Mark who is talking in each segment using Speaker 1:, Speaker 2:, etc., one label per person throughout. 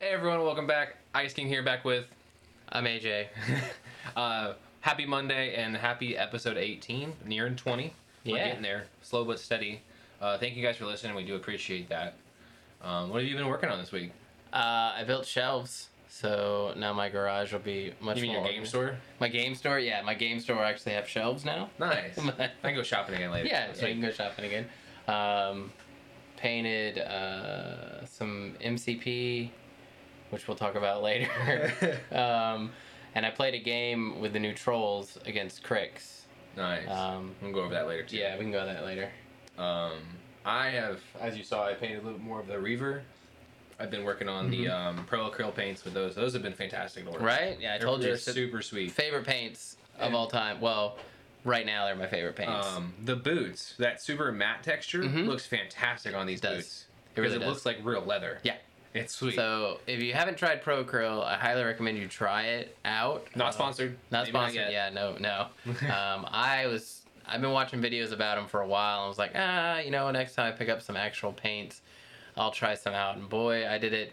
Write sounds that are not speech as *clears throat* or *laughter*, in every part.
Speaker 1: Hey everyone, welcome back. Ice King here, back with I'm
Speaker 2: *laughs*
Speaker 1: AJ. uh, happy Monday and happy episode 18, near and 20. We're
Speaker 2: Yeah.
Speaker 1: getting there, slow but steady. Uh, thank you guys for listening. We do appreciate that. Um, what have you been working on this week?
Speaker 2: Uh, I built shelves, so now my garage will be much
Speaker 1: You mean
Speaker 2: more.
Speaker 1: your game
Speaker 2: organized.
Speaker 1: store?
Speaker 2: My game store, yeah, my game store will actually have shelves now. *laughs*
Speaker 1: Nice. I can go shopping again later.
Speaker 2: Yeah,
Speaker 1: Sweet.
Speaker 2: so you can go shopping again. Um, painted uh, some MCP, which we'll talk about *laughs* later. um, and I played a game with the new trolls against Cricks.
Speaker 1: *laughs* Nice.
Speaker 2: Um,
Speaker 1: we'll go over that later too.
Speaker 2: yeah, we can go to that later.
Speaker 1: Um, I have, as you saw, I painted a little more of the Reaver. I've been working on the um, Pro Acryl paints with those. Those have been fantastic to work.
Speaker 2: Mm-hmm. Right? Yeah, I
Speaker 1: They're-
Speaker 2: told you.
Speaker 1: they're
Speaker 2: it's the
Speaker 1: super sweet.
Speaker 2: Favorite paints of
Speaker 1: And-
Speaker 2: all time. Well, right now they're my favorite paints.
Speaker 1: Um, the boots, that super matte texture
Speaker 2: Mhm.
Speaker 1: looks fantastic on these
Speaker 2: does.
Speaker 1: boots.
Speaker 2: It really
Speaker 1: Because it,
Speaker 2: does.
Speaker 1: looks like real leather.
Speaker 2: yeah.
Speaker 1: It's sweet.
Speaker 2: So if you haven't tried Procurl, I highly recommend you try it out.
Speaker 1: not
Speaker 2: Uh,
Speaker 1: sponsored.
Speaker 2: Not
Speaker 1: Maybe
Speaker 2: sponsored.
Speaker 1: yet.
Speaker 2: yeah, no,
Speaker 1: *laughs*
Speaker 2: no. um, I was I've been watching videos about them for a while. And I was like, ah, you know, next time I pick up some actual paints, I'll try some out. And boy, I did it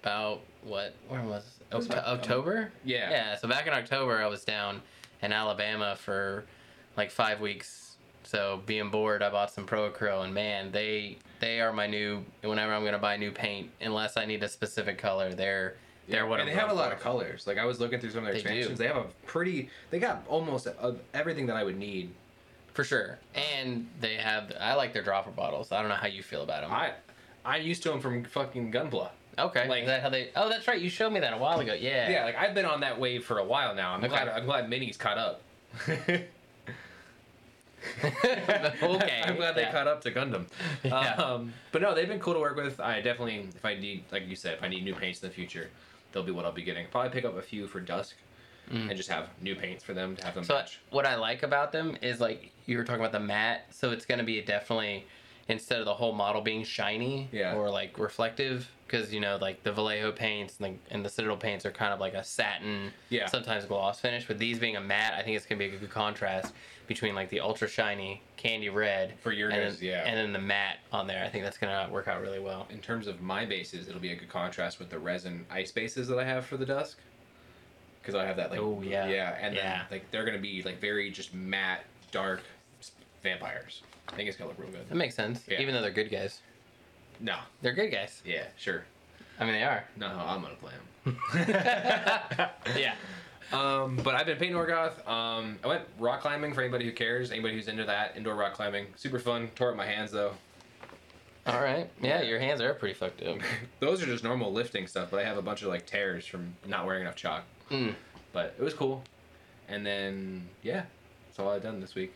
Speaker 2: about what? Where was it?
Speaker 1: was
Speaker 2: Oct-
Speaker 1: about-
Speaker 2: October?
Speaker 1: Yeah.
Speaker 2: Yeah. So back in October, I was down in Alabama for like five weeks. So being bored, I bought some Pro Acryl, and man, they they are my new. Whenever I'm gonna buy new paint, unless I need a specific color, they're they're what
Speaker 1: and
Speaker 2: I'm
Speaker 1: they have a
Speaker 2: going
Speaker 1: lot
Speaker 2: for.
Speaker 1: of colors. Like I was looking through some of their
Speaker 2: They do.
Speaker 1: expansions. They have a pretty. They got almost uh everything that I would need.
Speaker 2: For sure. And they have. I like their dropper bottles. I don't know how you feel about them.
Speaker 1: I, I'm used to them from fucking Gunpla.
Speaker 2: okay.
Speaker 1: like-
Speaker 2: Is that how they? Oh, that's right. You showed me that a while ago. Yeah.
Speaker 1: Yeah, like I've been on that wave for a while now. I'm
Speaker 2: Okay.
Speaker 1: glad. I'm glad Minnie's caught up. okay.
Speaker 2: *laughs* Okay,
Speaker 1: *laughs* I'm glad they
Speaker 2: yeah.
Speaker 1: caught up to Gundam.
Speaker 2: *laughs* Yeah.
Speaker 1: Um, but no, they've been cool to work with. I definitely, if I need, like you said, if I need new paints in the future, they'll be what I'll be getting. Probably pick up a few for Dusk, and just have new paints for them to have them
Speaker 2: Mm. So
Speaker 1: match.
Speaker 2: what I like about them is like you were talking about the matte. So it's gonna be definitely instead of the whole model being shiny
Speaker 1: Yeah.
Speaker 2: or like reflective because you know like the Vallejo paints and the, and the Citadel paints are kind of like a satin
Speaker 1: Yeah.
Speaker 2: sometimes gloss finish but these being a matte I think it's gonna be a good contrast between like the ultra shiny candy red
Speaker 1: For your
Speaker 2: and
Speaker 1: guys,
Speaker 2: then,
Speaker 1: yeah.
Speaker 2: and then the matte on there I think that's gonna work out really well
Speaker 1: In terms of my bases, it'll be a good contrast with the resin ice bases that I have for the Dusk, because I have that like
Speaker 2: Oh, yeah.
Speaker 1: yeah, and then
Speaker 2: Yeah.
Speaker 1: like they're gonna be like very just matte dark s- vampires. I think it's gonna look real good.
Speaker 2: that makes sense
Speaker 1: Yeah.
Speaker 2: even though they're good guys
Speaker 1: No.
Speaker 2: they're good guys
Speaker 1: Yeah. Sure.
Speaker 2: I mean they are
Speaker 1: Not how I'm gonna play them.
Speaker 2: yeah
Speaker 1: Um, but I've been painting Orgoth. Um, I went rock climbing for anybody who cares, anybody who's into that indoor rock climbing. Super fun. Tore up my hands though.
Speaker 2: *laughs* all right yeah,
Speaker 1: Yeah.
Speaker 2: your hands are pretty fucked up.
Speaker 1: Those are just normal lifting stuff, but I have a bunch of like tears from not wearing enough chalk.
Speaker 2: Mm.
Speaker 1: But it was cool. And then yeah, that's all I've done this week.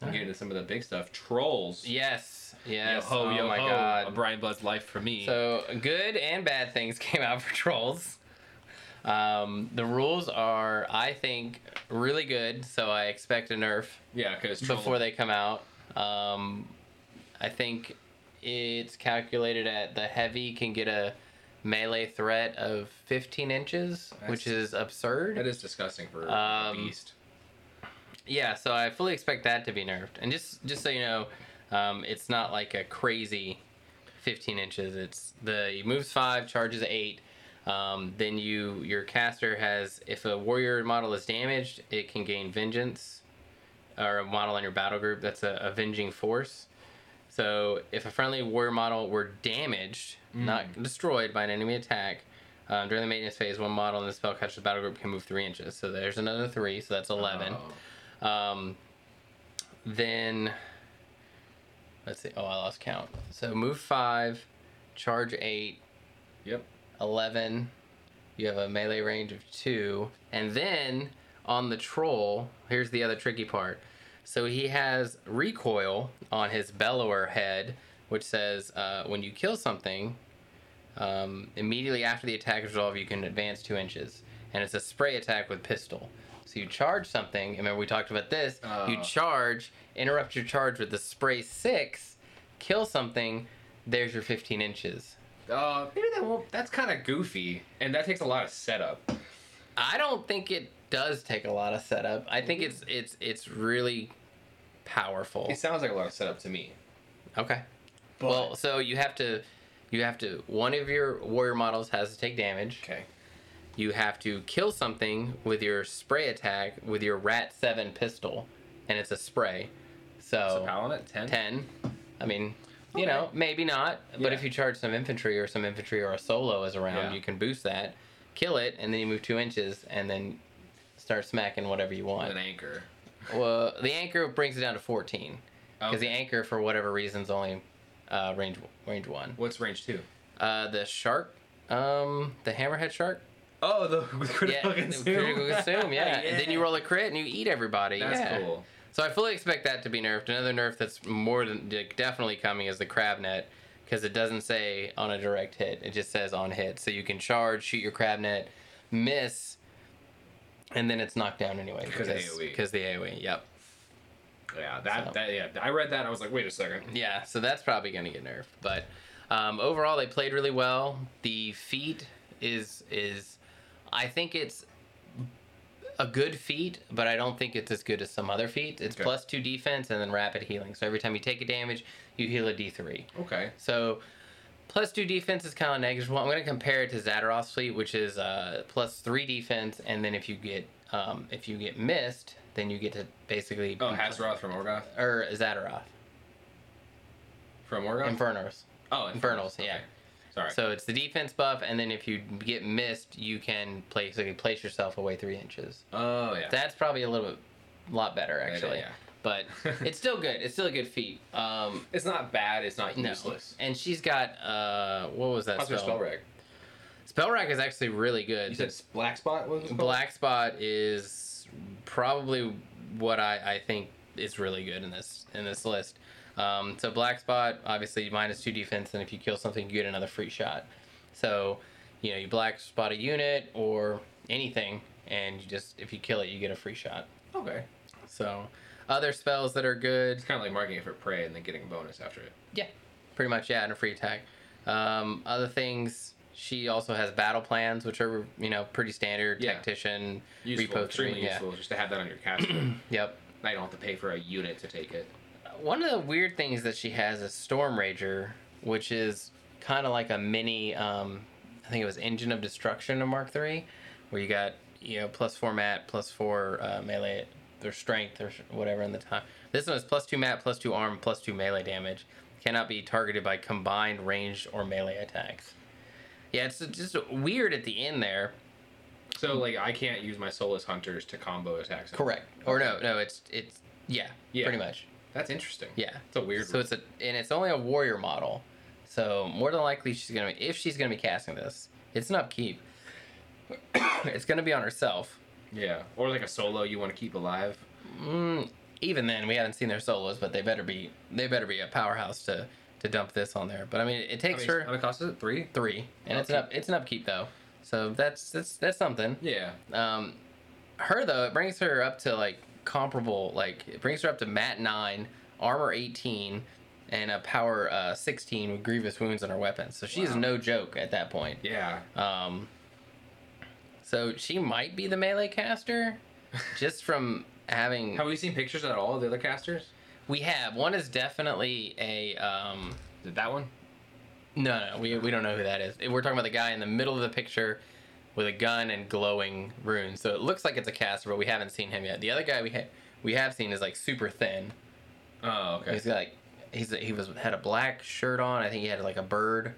Speaker 1: I'm getting to some of the big stuff. Trolls.
Speaker 2: Yes.
Speaker 1: Yo
Speaker 2: Yes.
Speaker 1: ho,
Speaker 2: oh
Speaker 1: yo
Speaker 2: my
Speaker 1: ho. A
Speaker 2: god.
Speaker 1: Brian Blood's life for me.
Speaker 2: So good and bad things *laughs* came out for trolls. Um, the rules are, I think, really good. So I expect a nerf
Speaker 1: yeah, because
Speaker 2: before they come out. Um, I think it's calculated at the heavy can get a melee threat of 15 inches, which is absurd.
Speaker 1: that is disgusting for a
Speaker 2: Um,
Speaker 1: beast.
Speaker 2: Yeah, so I fully expect that to be nerfed. And just just so you know, um, it's not like a crazy 15 inches. It's the he moves five, charges eight. Um, then you your caster has if a warrior model is damaged, it can gain vengeance, or a model in your battle group that's a avenging force. So if a friendly warrior model were damaged, not destroyed by an enemy attack. Um, during the maintenance phase, one model in the spellcaster's battle group can move three inches. So there's another three, so that's 11.
Speaker 1: Oh.
Speaker 2: Um, then let's see. Oh, I lost count. So move five, charge eight,
Speaker 1: Yep.
Speaker 2: 11. You have a melee range of two. And then on the troll, here's the other tricky part. So he has recoil on his bellower head, which says uh, when you kill something, um, immediately after the attack is resolved, you can advance two inches. And it's a spray attack with pistol. So you charge something. and Remember, we talked about this. you
Speaker 1: Oh.
Speaker 2: charge, interrupt your charge with the spray six, kill something, there's your 15 inches.
Speaker 1: Uh, maybe that won't. That's kind of goofy, and that takes a lot of setup.
Speaker 2: I don't think it does take a lot of setup. I think it's it's it's really powerful.
Speaker 1: It sounds like a lot of setup to me.
Speaker 2: Okay.
Speaker 1: But
Speaker 2: well, so you have to You have to one of your warrior models has to take damage.
Speaker 1: Okay.
Speaker 2: You have to kill something with your spray attack with your Rat Seven pistol, and it's a spray.
Speaker 1: So
Speaker 2: So
Speaker 1: pal on it. Ten.
Speaker 2: ten. I mean, you know,
Speaker 1: Okay.
Speaker 2: maybe not. But
Speaker 1: Yeah.
Speaker 2: if you charge some infantry or some infantry or a solo is around,
Speaker 1: Yeah.
Speaker 2: you can boost that, kill it, and then you move two inches, and then start smacking whatever you
Speaker 1: With an
Speaker 2: want.
Speaker 1: anchor.
Speaker 2: Well, the anchor brings it down to fourteen because the
Speaker 1: Okay.
Speaker 2: anchor, for whatever reason, is only uh, range range one.
Speaker 1: What's range two?
Speaker 2: Uh, the shark, um, the hammerhead shark.
Speaker 1: Oh, the *laughs* critical
Speaker 2: Yeah,
Speaker 1: consume.
Speaker 2: critical
Speaker 1: *laughs*
Speaker 2: consume. Yeah. and then you roll a crit and you eat everybody.
Speaker 1: That's
Speaker 2: yeah.
Speaker 1: cool.
Speaker 2: So I fully expect that to be nerfed. Another nerf that's more than like, definitely coming is the crab net because it doesn't say on a direct hit; it just says on hit. So you can charge, shoot your crab net, miss, and then it's knocked down anyway
Speaker 1: Because of E. AoE.
Speaker 2: Because the AOE. Yep.
Speaker 1: Yeah, that,
Speaker 2: So.
Speaker 1: that yeah. I read that. and I was like, wait a second.
Speaker 2: Yeah. So that's probably going to get nerfed. But um, overall, they played really well. The feat is is, I think it's a good feat, but I don't think it's as good as some other feats. It's
Speaker 1: Okay.
Speaker 2: plus two defense and then rapid healing. So every time you take a damage, you heal a D three.
Speaker 1: Okay.
Speaker 2: So plus two defense is kind of negative. Well, I'm going to compare it to Zadaros fleet, which is uh, plus three defense, and then if you get um, if you get missed, then you get to basically
Speaker 1: Oh,
Speaker 2: be-
Speaker 1: Hazaroth from Orgoth.
Speaker 2: or Zadaroth
Speaker 1: From Orgoth.
Speaker 2: Infernos.
Speaker 1: oh,
Speaker 2: Infernals,
Speaker 1: Okay.
Speaker 2: yeah.
Speaker 1: Sorry.
Speaker 2: So it's the defense buff, and then if you get missed, you can basically place yourself away three inches.
Speaker 1: oh yeah.
Speaker 2: That's probably a little bit, lot better actually.
Speaker 1: yeah. *laughs*
Speaker 2: But it's still good. It's still a good feat. Um,
Speaker 1: it's not bad. It's not
Speaker 2: no.
Speaker 1: useless.
Speaker 2: And she's got uh, what was that
Speaker 1: How's her
Speaker 2: spell?
Speaker 1: spell rag?
Speaker 2: Spell rack is actually really good.
Speaker 1: You said black spot was it called?
Speaker 2: Black Spot is probably what I, I think is really good in this in this list. Um, so Black Spot obviously minus two defense, and if you kill something, you get another free shot. So you know you Black Spot a unit or anything, and you just if you kill it, you get a free shot.
Speaker 1: Okay.
Speaker 2: So other spells that are good,
Speaker 1: It's kind of like marking it for prey and then getting a bonus after it.
Speaker 2: yeah, pretty much yeah, and a free attack. Um, other things. She also has battle plans, which are you know pretty standard.
Speaker 1: Yeah.
Speaker 2: Tactician,
Speaker 1: Useful,
Speaker 2: repo three,
Speaker 1: extremely
Speaker 2: yeah.
Speaker 1: useful, just to have that on your caster.
Speaker 2: Yep.
Speaker 1: I don't have to pay for a unit to take it.
Speaker 2: One of the weird things that she has is Storm Rager, which is kind of like a mini, um, I think it was Engine of Destruction in Mark Three, where you got you know plus four mat, plus four uh, melee, their strength or whatever in the time. This one is plus two mat, plus two arm, plus two melee damage. Cannot be targeted by combined ranged or melee attacks. Yeah, it's just weird at the end there.
Speaker 1: So like I can't use my soulless hunters to combo attacks.
Speaker 2: Correct. Or no, no, it's it's yeah,
Speaker 1: Yeah.
Speaker 2: pretty much.
Speaker 1: That's interesting.
Speaker 2: Yeah,
Speaker 1: It's a weird
Speaker 2: So
Speaker 1: one.
Speaker 2: it's a and it's only a warrior model, so more than likely she's gonna if she's gonna be casting this, it's an upkeep. *coughs* it's gonna be on herself.
Speaker 1: Yeah. Or like a solo you want to keep alive.
Speaker 2: Mm, even then, we haven't seen their solos, but they better be they better be a powerhouse to to dump this on there. But I mean, it
Speaker 1: How
Speaker 2: takes
Speaker 1: many,
Speaker 2: her
Speaker 1: how many costs is it? Three.
Speaker 2: three, and it's an up, it's an upkeep though, so that's that's that's something.
Speaker 1: Yeah.
Speaker 2: Um, her though, it brings her up to like comparable. Like it brings her up to mat nine, armor eighteen, and a power uh, sixteen with grievous wounds on her weapons. So she's
Speaker 1: Wow.
Speaker 2: no joke at that point.
Speaker 1: Yeah.
Speaker 2: Um, so she might be the
Speaker 1: *laughs*
Speaker 2: melee caster, just from having
Speaker 1: Have we seen pictures at all of the other casters?
Speaker 2: we have one is definitely a um.
Speaker 1: Did that one?
Speaker 2: No, no, we, we don't know who that is. We're talking about the guy in the middle of the picture with a gun and glowing runes. So it looks like it's a caster, but we haven't seen him yet. The other guy we ha- we have seen is like super thin.
Speaker 1: Oh, okay.
Speaker 2: He's like he's he was had a black shirt on. I think he had like a bird.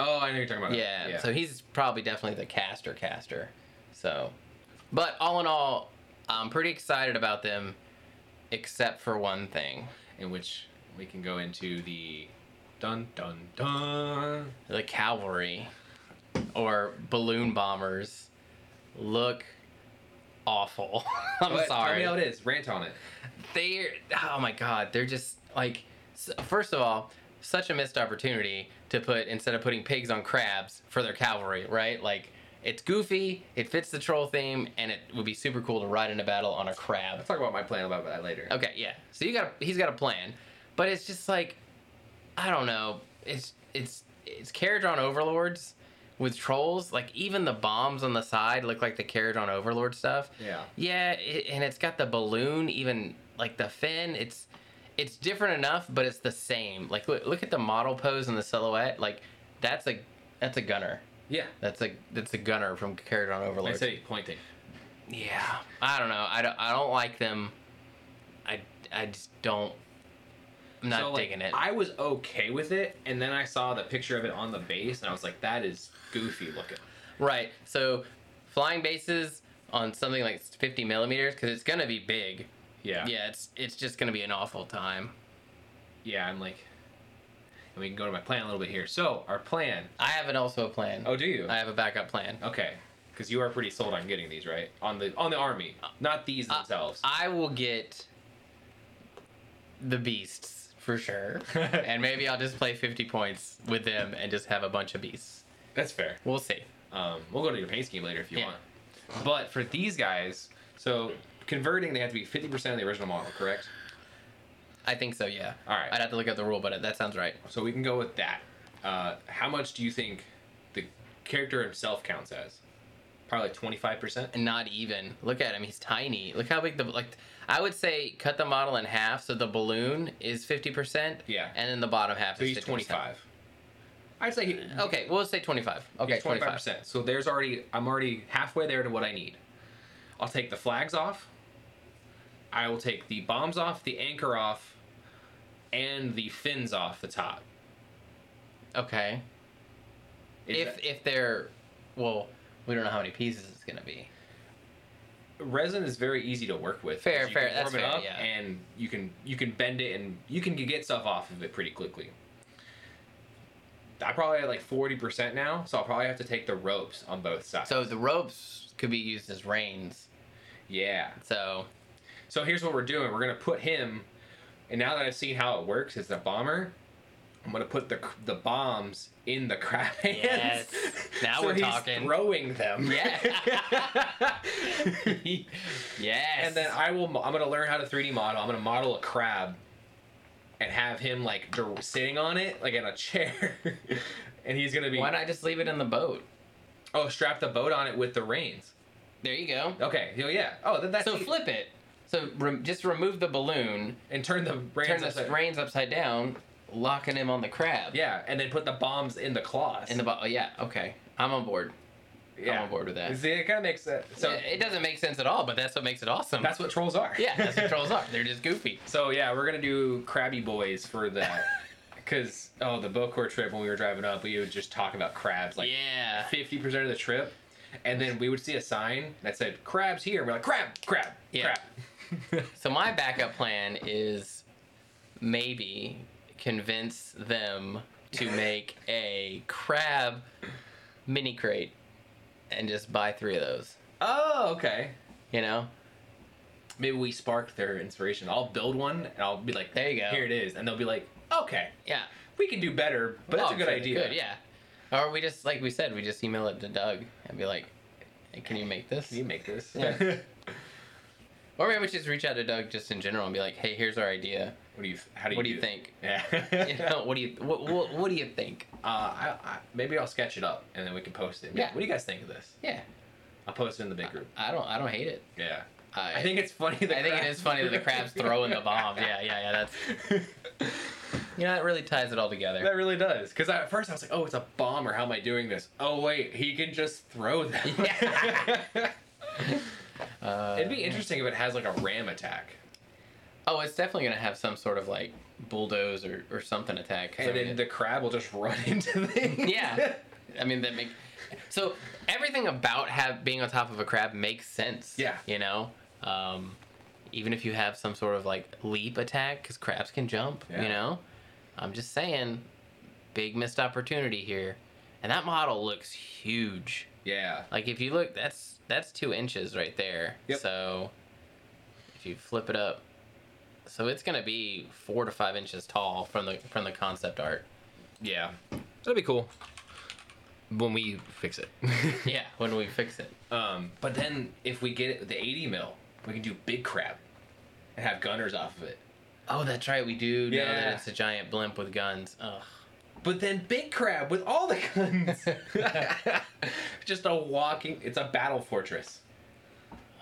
Speaker 1: Oh, I know you're talking about.
Speaker 2: Yeah,
Speaker 1: That. Yeah.
Speaker 2: So he's probably definitely the caster caster. So, but all in all, I'm pretty excited about them, except for one thing:
Speaker 1: in which we can go into the dun dun dun.
Speaker 2: the cavalry, or balloon bombers, look awful. *laughs* I'm
Speaker 1: But
Speaker 2: sorry.
Speaker 1: Tell me how it is. Rant on it.
Speaker 2: they're oh my god they're just like s- first of all such a missed opportunity to put instead of putting pigs on crabs for their cavalry right like it's goofy it fits the troll theme and it would be super cool to ride into battle on a crab
Speaker 1: Let's talk about my plan about that later.
Speaker 2: okay yeah so you got a, he's got a plan but it's just like i don't know it's it's it's carriage on overlords with trolls like even the bombs on the side look like the carriage on overlord stuff
Speaker 1: Yeah.
Speaker 2: yeah, it, and it's got the balloon, even like the fin. It's it's different enough, but it's the same. Like look, look at the model pose and the silhouette. Like That's a that's a gunner.
Speaker 1: Yeah.
Speaker 2: That's a that's a gunner from Carried on
Speaker 1: Like
Speaker 2: Overlord.
Speaker 1: I say, pointing.
Speaker 2: Yeah, I don't know. I don't. I don't like them. I I just don't. I'm not
Speaker 1: So, like,
Speaker 2: digging it.
Speaker 1: I was okay with it, and then I saw the picture of it on the base, and I was like, that is goofy looking.
Speaker 2: Right. So, flying bases on something like 50 millimeters because it's gonna be big.
Speaker 1: Yeah.
Speaker 2: Yeah, it's it's just gonna be an awful time.
Speaker 1: Yeah, I'm like, and we can go to my plan a little bit here. So, our plan.
Speaker 2: I have an also a plan.
Speaker 1: Oh, do you?
Speaker 2: I have a backup plan.
Speaker 1: okay. Because you are pretty sold on getting these, right? On the on the army, not these
Speaker 2: I-
Speaker 1: themselves.
Speaker 2: I will get the beasts for
Speaker 1: *laughs*
Speaker 2: sure, and maybe I'll just play 50 points with them and just have a bunch of beasts.
Speaker 1: That's fair.
Speaker 2: We'll see.
Speaker 1: Um, we'll go to your paint scheme later if you
Speaker 2: Yeah.
Speaker 1: want. But for these guys, so converting, they have to be 50% of the original model, correct?
Speaker 2: I think so. Yeah.
Speaker 1: All right.
Speaker 2: I'd have to look up the rule, but that sounds right.
Speaker 1: So we can go with that. Uh, how much do you think the character himself counts as? Probably like 25%?
Speaker 2: Not even. Look at him. He's tiny. Look how big the like. I would say cut the model in half so the balloon is fifty percent.
Speaker 1: Yeah.
Speaker 2: And then the bottom half
Speaker 1: So
Speaker 2: is
Speaker 1: he's 25. I'd say he,
Speaker 2: Uh, Okay, we'll say twenty-five. Okay,
Speaker 1: he's 25%.
Speaker 2: twenty-five.
Speaker 1: So there's already, I'm already halfway there to what I need. I'll take the flags off. I will take the bombs off, the anchor off, and the fins off the top.
Speaker 2: Okay.
Speaker 1: Is
Speaker 2: if
Speaker 1: that-
Speaker 2: if they're, well, we don't know how many pieces it's gonna be.
Speaker 1: resin is very easy to work with.
Speaker 2: Fair,
Speaker 1: 'cause you
Speaker 2: fair,
Speaker 1: can
Speaker 2: that's
Speaker 1: warm it
Speaker 2: fair,
Speaker 1: up
Speaker 2: yeah.
Speaker 1: And you can you can bend it and you can get stuff off of it pretty quickly. I probably at like forty percent now, so I'll probably have to take the ropes on both sides.
Speaker 2: So the ropes could be used as reins.
Speaker 1: yeah.
Speaker 2: So
Speaker 1: So here's what we're doing. We're gonna put him, and now that I've seen how it works as the bomber, I'm gonna put the the bombs in the crab hands.
Speaker 2: Yes.
Speaker 1: *laughs*
Speaker 2: Now
Speaker 1: So
Speaker 2: we're
Speaker 1: he's
Speaker 2: talking.
Speaker 1: Throwing them.
Speaker 2: Yeah.
Speaker 1: *laughs*
Speaker 2: *laughs* yes.
Speaker 1: and then I will. I'm gonna learn how to 3D model. I'm gonna model a crab, and have him like dir- sitting on it, like in a *laughs* chair, and he's gonna be.
Speaker 2: why not just leave it in the boat?
Speaker 1: Oh, strap the boat on it with the reins.
Speaker 2: There you go.
Speaker 1: Okay. Oh yeah. Oh, that, that's
Speaker 2: So
Speaker 1: e-
Speaker 2: flip it. So re- just remove the balloon
Speaker 1: and turn the reins.
Speaker 2: turn the
Speaker 1: upside-
Speaker 2: reins upside down, locking him on the crab.
Speaker 1: Yeah, and then put the bombs in the claws.
Speaker 2: In the bo- oh, yeah. Okay, I'm on board.
Speaker 1: yeah.
Speaker 2: I'm on board with that.
Speaker 1: See, it kind of makes sense. So
Speaker 2: So it doesn't make sense at all, but that's what makes it awesome.
Speaker 1: that's what trolls are.
Speaker 2: *laughs* yeah.
Speaker 1: *laughs*
Speaker 2: That's what trolls are. They're just goofy.
Speaker 1: So yeah, we're gonna do Krabby Boys for that.
Speaker 2: *laughs*
Speaker 1: Cause oh, the Bocor trip when we were driving up, we would just talk about crabs like
Speaker 2: yeah.
Speaker 1: fifty percent of the trip, and then we would see a sign that said "crabs here." And we're like, "crab, crab,
Speaker 2: Yeah.
Speaker 1: crab."
Speaker 2: *laughs* So my backup plan is maybe convince them
Speaker 1: *laughs*
Speaker 2: to make a crab mini crate and just buy three of those.
Speaker 1: oh, okay.
Speaker 2: You know.
Speaker 1: Maybe we sparked their inspiration. I'll build one, and I'll be like,
Speaker 2: There you go.
Speaker 1: Here it is," and they'll be like, "Okay,
Speaker 2: Yeah.
Speaker 1: we can do better, but that's
Speaker 2: Oh,
Speaker 1: a good
Speaker 2: sure,
Speaker 1: idea."
Speaker 2: Good, yeah. Or we just like we said, we just email it to Doug and be like, hey, "Can you make this?"
Speaker 1: Can you make this?
Speaker 2: Yeah.
Speaker 1: *laughs* what
Speaker 2: Or maybe we just reach out to Doug just in general and be like, "Hey, here's our idea.
Speaker 1: do you? How do you?
Speaker 2: what do you think?
Speaker 1: Yeah.
Speaker 2: *laughs* You know, what do you what, what, what do you think?"
Speaker 1: *laughs* Uh, I, I, maybe I'll sketch it up and then we can post it.
Speaker 2: Yeah.
Speaker 1: What do you guys think of this?
Speaker 2: Yeah,
Speaker 1: I'll post it in the big group.
Speaker 2: I don't I don't hate it.
Speaker 1: Yeah.
Speaker 2: I,
Speaker 1: I think it's funny.
Speaker 2: I think it is funny that the
Speaker 1: *laughs*
Speaker 2: crab's throwing the bomb. Yeah, yeah, yeah. That's you know, that really ties it all together.
Speaker 1: that really does. Because at first I was like, oh, it's a bomber. How am I doing this? Oh wait, he can just throw them.
Speaker 2: *laughs*
Speaker 1: *laughs*
Speaker 2: Yeah. Uh,
Speaker 1: It'd be interesting if it has like a ram attack.
Speaker 2: Oh, it's definitely gonna have some sort of like bulldoze or, or something attack. 'cause I
Speaker 1: And
Speaker 2: mean,
Speaker 1: then
Speaker 2: it-
Speaker 1: the crab will just *laughs* run into things.
Speaker 2: yeah i mean that make so everything about have being on top of a crab makes sense
Speaker 1: Yeah.
Speaker 2: you know um even if you have some sort of like leap attack because crabs can jump
Speaker 1: Yeah.
Speaker 2: you know i'm just saying big missed opportunity here and that model looks huge
Speaker 1: *laughs* yeah.
Speaker 2: like if you look that's that's two inches right there
Speaker 1: Yep.
Speaker 2: so if you flip it up so it's gonna be four to five inches tall from the from the concept art
Speaker 1: *laughs* Yeah. That'd be cool. When we fix it. *laughs*
Speaker 2: yeah when we fix it
Speaker 1: Um, but then if we get it, the 80 mil, we can do big crab and have gunners off of it.
Speaker 2: Oh, that's right. We do know
Speaker 1: Yeah.
Speaker 2: that it's a giant blimp with guns.
Speaker 1: *laughs*
Speaker 2: Ugh.
Speaker 1: But then big crab with all the guns. *laughs* Just a walking, it's a battle fortress.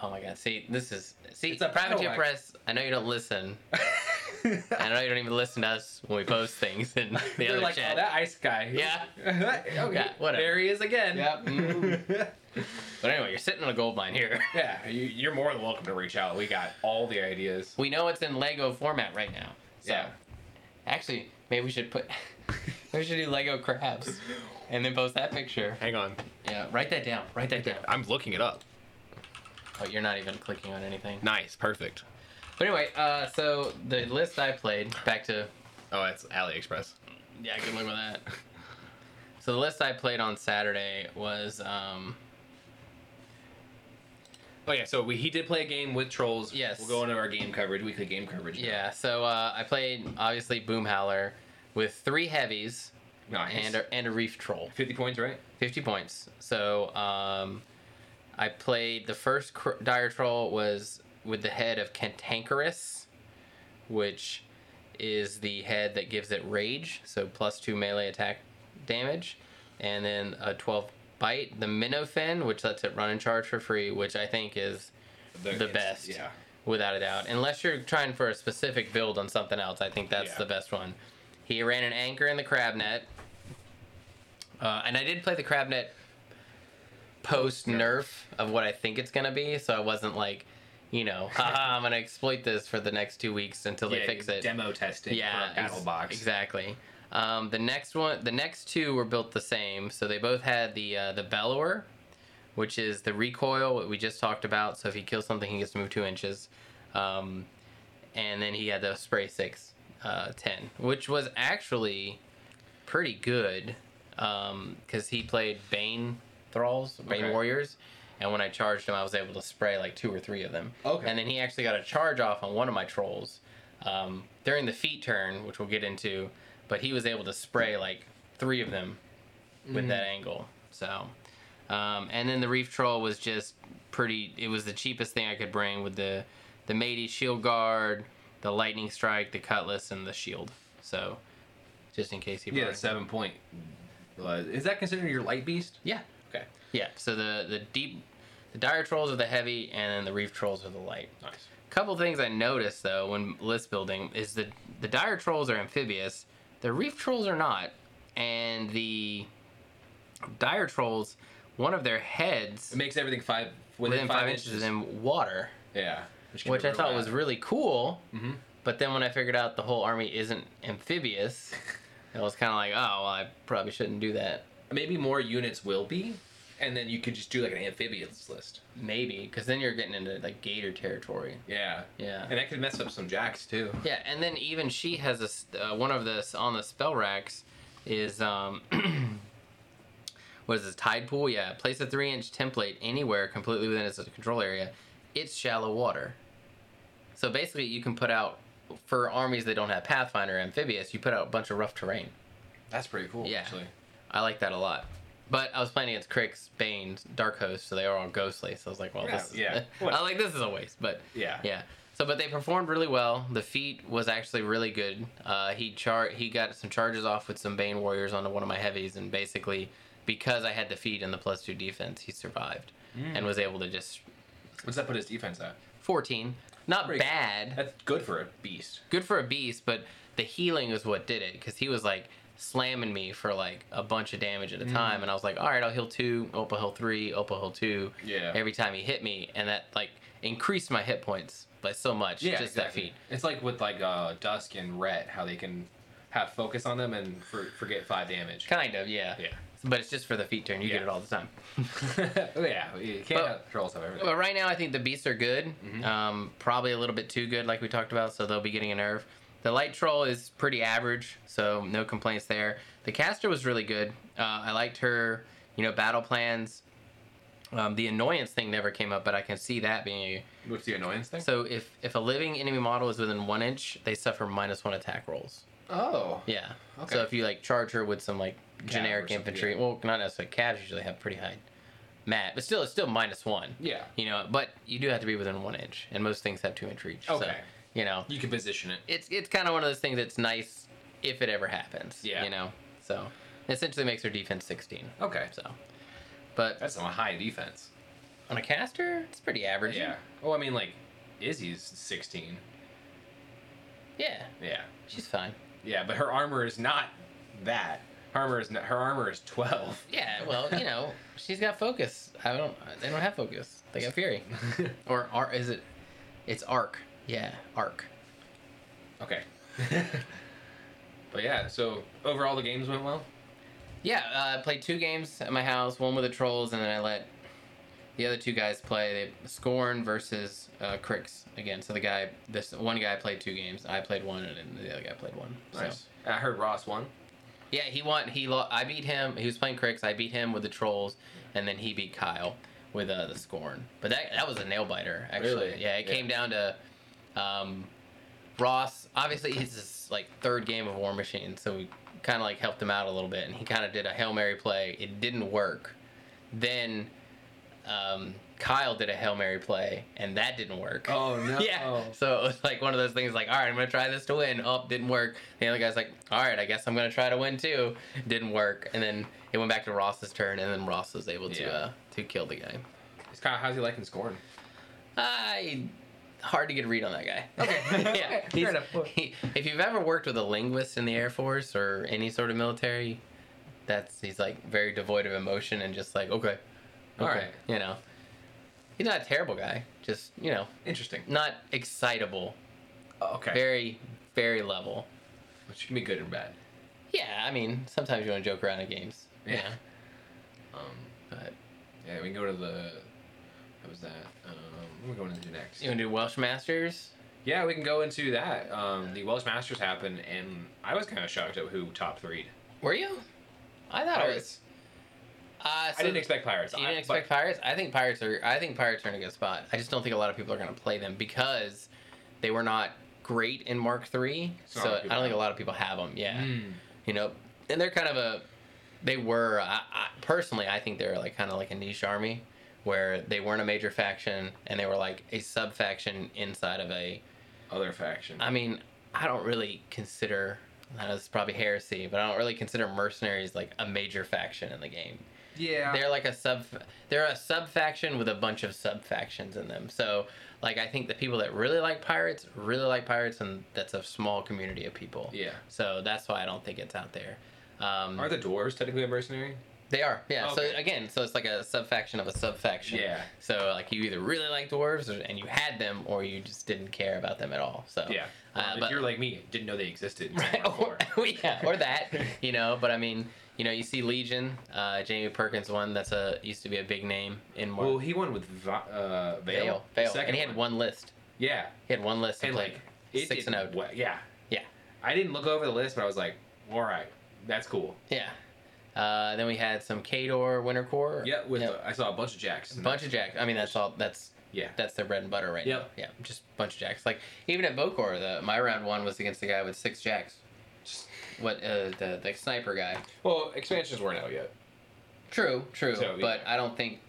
Speaker 2: Oh my god. See, this is see
Speaker 1: It's a
Speaker 2: Privateer
Speaker 1: Padawan.
Speaker 2: Press. I know you don't listen, *laughs*
Speaker 1: *laughs*
Speaker 2: I know you don't even listen to us when we post things in the
Speaker 1: They're
Speaker 2: other
Speaker 1: like,
Speaker 2: chat.
Speaker 1: oh, that ice guy.
Speaker 2: Yeah.
Speaker 1: *laughs* okay.
Speaker 2: Yeah, whatever.
Speaker 1: There he is again. *laughs*
Speaker 2: Yep.
Speaker 1: Mm-hmm.
Speaker 2: Mm. But anyway, you're sitting on a gold mine here. *laughs*
Speaker 1: yeah. You, you're more than welcome to reach out. We got all the ideas.
Speaker 2: We know it's in Lego format right now. So
Speaker 1: Yeah.
Speaker 2: actually, maybe we should put *laughs* maybe we should do Lego crabs. And then post that picture.
Speaker 1: *laughs* Hang on.
Speaker 2: Yeah, write that down. Write that down.
Speaker 1: I'm looking it up.
Speaker 2: Oh, you're not even clicking on anything.
Speaker 1: Nice. Perfect.
Speaker 2: But anyway, uh, so the list I played, back to
Speaker 1: Oh, that's AliExpress.
Speaker 2: Yeah, good luck with that. *laughs* So the list I played on Saturday was um
Speaker 1: Oh yeah, so we, he did play a game with trolls.
Speaker 2: Yes.
Speaker 1: We'll go into our game coverage, weekly game coverage. now.
Speaker 2: yeah, so uh, I played obviously Boomhowler with three heavies
Speaker 1: Nice.
Speaker 2: and a, and a reef troll.
Speaker 1: Fifty points, right?
Speaker 2: 50 points. So um I played the first cr- dire troll was with the head of Cantankerous, which is the head that gives it rage, so plus 2 melee attack damage, and then a 12 bite, the Minnowfin, which lets it run and charge for free, which I think is the
Speaker 1: it's-
Speaker 2: best.
Speaker 1: Yeah.
Speaker 2: Without a doubt. Unless you're trying for a specific build on something else, I think that's
Speaker 1: Yeah.
Speaker 2: the best one. He ran an anchor in the crab net. Uh, and I did play the crab net post nerf of what I think it's going to be, so I wasn't like, you know, haha, I'm going to exploit this for the next two weeks until they
Speaker 1: Yeah,
Speaker 2: fix it.
Speaker 1: Demo testing.
Speaker 2: yeah,
Speaker 1: For a battle
Speaker 2: ex-
Speaker 1: box.
Speaker 2: Exactly. Um, the next one, the next two were built the same, so they both had the uh, the bellower, which is the recoil what we just talked about. So if he kills something, he gets to move two inches, um, and then he had the spray six uh, ten, which was actually pretty good because he played Bane thralls, Bane
Speaker 1: Okay.
Speaker 2: warriors, and when I charged him, I was able to spray like two or three of them.
Speaker 1: Okay.
Speaker 2: And then he actually got a charge off on one of my trolls um, during the feet turn, which we'll get into, but he was able to spray like three of them with that angle. So, um, and then the reef troll was just pretty. It was the cheapest thing I could bring with the the matey shield guard, the lightning strike, the cutlass, and the shield. So, just in case he brought
Speaker 1: Yeah,
Speaker 2: it.
Speaker 1: seven point. Uh, is that considered your light beast?
Speaker 2: yeah,
Speaker 1: Okay.
Speaker 2: yeah. So the the deep, the dire trolls are the heavy, and then the reef trolls are the light.
Speaker 1: Nice.
Speaker 2: couple things I noticed though when list building is that the dire trolls are amphibious, the reef trolls are not, and the dire trolls, one of their heads
Speaker 1: It makes everything five within,
Speaker 2: within five, inches is in water,
Speaker 1: Yeah. can
Speaker 2: which
Speaker 1: be
Speaker 2: I
Speaker 1: real
Speaker 2: thought
Speaker 1: bad.
Speaker 2: was really cool.
Speaker 1: Mhm.
Speaker 2: But then when I figured out the whole army isn't amphibious, I was kind of like, oh, well, I probably shouldn't do that.
Speaker 1: maybe more units will be, and then you could just do like an amphibious list.
Speaker 2: Maybe because then you're getting into like gator territory.
Speaker 1: Yeah.
Speaker 2: Yeah.
Speaker 1: And that could mess up some jacks too.
Speaker 2: Yeah, and then even she has a s- uh, one of this on the spell racks is um *clears throat* what is this tide pool? Yeah, place a three inch template anywhere completely within its control area. It's shallow water, so basically you can put out for armies that don't have Pathfinder or amphibious. You put out a bunch of rough terrain.
Speaker 1: That's pretty cool.
Speaker 2: Yeah.
Speaker 1: Actually.
Speaker 2: I like that a lot. But I was playing against Crix, Bane, Dark Host, so they are all ghostly. So I was like, well,
Speaker 1: Yeah,
Speaker 2: this is,
Speaker 1: yeah.
Speaker 2: *laughs* I like this is a waste, but
Speaker 1: Yeah.
Speaker 2: yeah. So, but they performed really well. The feat was actually really good. Uh, he char he got some charges off with some Bane Warriors onto one of my heavies, and basically because I had the feat and the plus two defense, he survived
Speaker 1: Mm.
Speaker 2: and was able to just
Speaker 1: What's that put his defense at?
Speaker 2: fourteen. Not
Speaker 1: Pretty-
Speaker 2: bad.
Speaker 1: That's good for a beast.
Speaker 2: Good for a beast, but the healing is what did it because he was like slamming me for like a bunch of damage at a time,
Speaker 1: Mm.
Speaker 2: and I was like, all right, I'll heal two, Opa heal three, Opa heal two.
Speaker 1: Yeah.
Speaker 2: Every time he hit me, and that like increased my hit points by so much. just that feat.
Speaker 1: It's like with like uh, Dusk and Rhett, how they can have focus on them and for, forget five damage.
Speaker 2: Kind of, yeah.
Speaker 1: Yeah.
Speaker 2: But it's just for the feet turn. You get
Speaker 1: Yeah.
Speaker 2: it all the time.
Speaker 1: oh, *laughs* yeah, you can't
Speaker 2: But-
Speaker 1: have trolls have everything.
Speaker 2: But right now, I think the beasts are good.
Speaker 1: Mm-hmm.
Speaker 2: Um, probably a little bit too good, like we talked about. So they'll be getting a nerve. The light troll is pretty average, so no complaints there. The caster was really good. Uh, I liked her, you know, battle plans. Um, the annoyance thing never came up, but I can see that being a.
Speaker 1: What's the annoyance thing?
Speaker 2: So if if a living enemy model is within one inch, they suffer minus one attack rolls.
Speaker 1: oh,
Speaker 2: Yeah.
Speaker 1: Okay.
Speaker 2: So if you like charge her with some like
Speaker 1: or
Speaker 2: generic
Speaker 1: something,
Speaker 2: infantry,
Speaker 1: yeah.
Speaker 2: well, not necessarily calves usually have pretty high mat, but still, it's still minus one.
Speaker 1: Yeah.
Speaker 2: You know, but you do have to be within one inch, and most things have two inch reach. So,
Speaker 1: Okay.
Speaker 2: you know,
Speaker 1: you can position it.
Speaker 2: it's it's kind of one of those things that's nice if it ever happens.
Speaker 1: Yeah.
Speaker 2: You know, so it essentially makes her defense sixteen.
Speaker 1: Okay,
Speaker 2: So, but
Speaker 1: that's some high defense.
Speaker 2: on a caster, it's pretty average.
Speaker 1: Yeah. Oh, I mean, like, Izzy's sixteen.
Speaker 2: Yeah,
Speaker 1: Yeah,
Speaker 2: she's fine.
Speaker 1: yeah, but her armor is not that. Her armor is not, her armor is twelve. *laughs*
Speaker 2: Yeah, well, you know, she's got focus. I don't. They don't have focus. They got fury. or ar is it? It's arc. Yeah, arc.
Speaker 1: okay. but yeah, so overall the games went well.
Speaker 2: Yeah, uh, I played two games at my house. One with the trolls, and then I let the other two guys play. They Scorn versus uh, Crix again. So the guy, this one guy played two games. I played one, and then the other guy played one. So.
Speaker 1: Nice. I heard Ross won.
Speaker 2: Yeah, he won. He lo- I beat him. He was playing Crix. I beat him with the trolls, and then he beat Kyle with uh, the scorn. But that that was a nail biter, actually.
Speaker 1: Really?
Speaker 2: Yeah, it
Speaker 1: Yeah.
Speaker 2: came down to um, Ross. Obviously, he's his like third game of War Machine, so we kind of like helped him out a little bit, and he kind of did a hail mary play. It didn't work. Then um, Kyle did a hail mary play, and that didn't work.
Speaker 1: Oh *laughs* no.
Speaker 2: Yeah. So it was like one of those things like, all right, I'm going to try this to win. Oh, didn't work. The other guy's like, all right, I guess I'm going to try to win too. Didn't work. And then it went back to Ross's turn, and then Ross was able to
Speaker 1: Yeah.
Speaker 2: uh, to kill the guy.
Speaker 1: Kyle, how's he liking scoring?
Speaker 2: I. Hard to get a read on that guy. *laughs*
Speaker 1: Okay.
Speaker 2: yeah.
Speaker 1: Okay, fair
Speaker 2: he's-
Speaker 1: enough.
Speaker 2: he- if you've ever worked with a linguist in the Air Force or any sort of military, that's he's like very devoid of emotion and just like okay,
Speaker 1: All
Speaker 2: all right,
Speaker 1: right.
Speaker 2: you know. He's not a terrible guy. Just you know,
Speaker 1: Interesting.
Speaker 2: not excitable
Speaker 1: Oh, okay.
Speaker 2: very, very level.
Speaker 1: Which can be good or bad.
Speaker 2: Yeah, I mean, sometimes you want to joke around at games.
Speaker 1: Yeah.
Speaker 2: Yeah.
Speaker 1: Um,
Speaker 2: But
Speaker 1: yeah, we can go to the. What was that? Um, what are we going into next?
Speaker 2: you want to do Welsh Masters?
Speaker 1: Yeah, we can go into that. Um, the Welsh Masters happened, and I was kind of shocked at who top three'd.
Speaker 2: Were you? I thought it
Speaker 1: Pirates.
Speaker 2: was. Uh, so
Speaker 1: I didn't expect Pirates.
Speaker 2: You
Speaker 1: I,
Speaker 2: didn't expect Pirates? I think Pirates are. I think Pirates are in a good spot. I just don't think a lot of people are going to play them because they were not great in Mark Three.
Speaker 1: So a
Speaker 2: So,
Speaker 1: lot of
Speaker 2: I
Speaker 1: people
Speaker 2: don't think
Speaker 1: have
Speaker 2: a lot of people have them. Yeah.
Speaker 1: Mm.
Speaker 2: You know, and they're kind of a. They were. I, I, personally, I think they're like kind of like a niche army, where they weren't a major faction and they were like a sub faction inside of a
Speaker 1: other faction.
Speaker 2: I mean, I don't really consider. I know this is probably heresy, but I don't really consider mercenaries like a major faction in the game.
Speaker 1: yeah.
Speaker 2: They're like a sub. They're a sub faction with a bunch of sub factions in them. So, like, I think the people that really like pirates really like pirates, and that's a small community of people.
Speaker 1: Yeah.
Speaker 2: So that's why I don't think it's out there. Um,
Speaker 1: Aren't the dwarves technically a mercenary?
Speaker 2: they are, yeah.
Speaker 1: Okay.
Speaker 2: So again, so it's like a sub faction of a sub faction.
Speaker 1: Yeah.
Speaker 2: So like you either really like dwarves or, and you had them, or you just didn't care about them at all. So
Speaker 1: Yeah.
Speaker 2: Uh,
Speaker 1: Um, if
Speaker 2: but-
Speaker 1: you're like me, didn't know they existed. until
Speaker 2: *laughs* Right.
Speaker 1: round four.
Speaker 2: *laughs* Or, yeah, or that, you know. But I mean, you know, you see Legion, uh, Jamie Perkins one. That's a used to be a big name in Marvel.
Speaker 1: well, he won with Vi- uh, Vale.
Speaker 2: Vale,
Speaker 1: the
Speaker 2: Vale,
Speaker 1: second
Speaker 2: and he had one list.
Speaker 1: Yeah.
Speaker 2: He had one list
Speaker 1: And
Speaker 2: and
Speaker 1: like
Speaker 2: like
Speaker 1: it
Speaker 2: six and oh.
Speaker 1: didn't
Speaker 2: out.
Speaker 1: wa- Yeah.
Speaker 2: Yeah.
Speaker 1: I didn't look over the list, but I was like, all right, that's cool.
Speaker 2: Yeah. Uh, then we had some Kador Winter Core.
Speaker 1: Yeah. With I saw a bunch of jacks.
Speaker 2: a bunch of Jack. I mean, that's all. That's
Speaker 1: Yeah.
Speaker 2: that's their bread and butter right
Speaker 1: Yep.
Speaker 2: now. Yeah, just a bunch of jacks. Like even at Bokor, the my round one was against the guy with six jacks.
Speaker 1: Just-
Speaker 2: What uh, the the sniper guy?
Speaker 1: Well, expansions weren't out yet.
Speaker 2: True, true.
Speaker 1: So, yeah.
Speaker 2: But I don't think.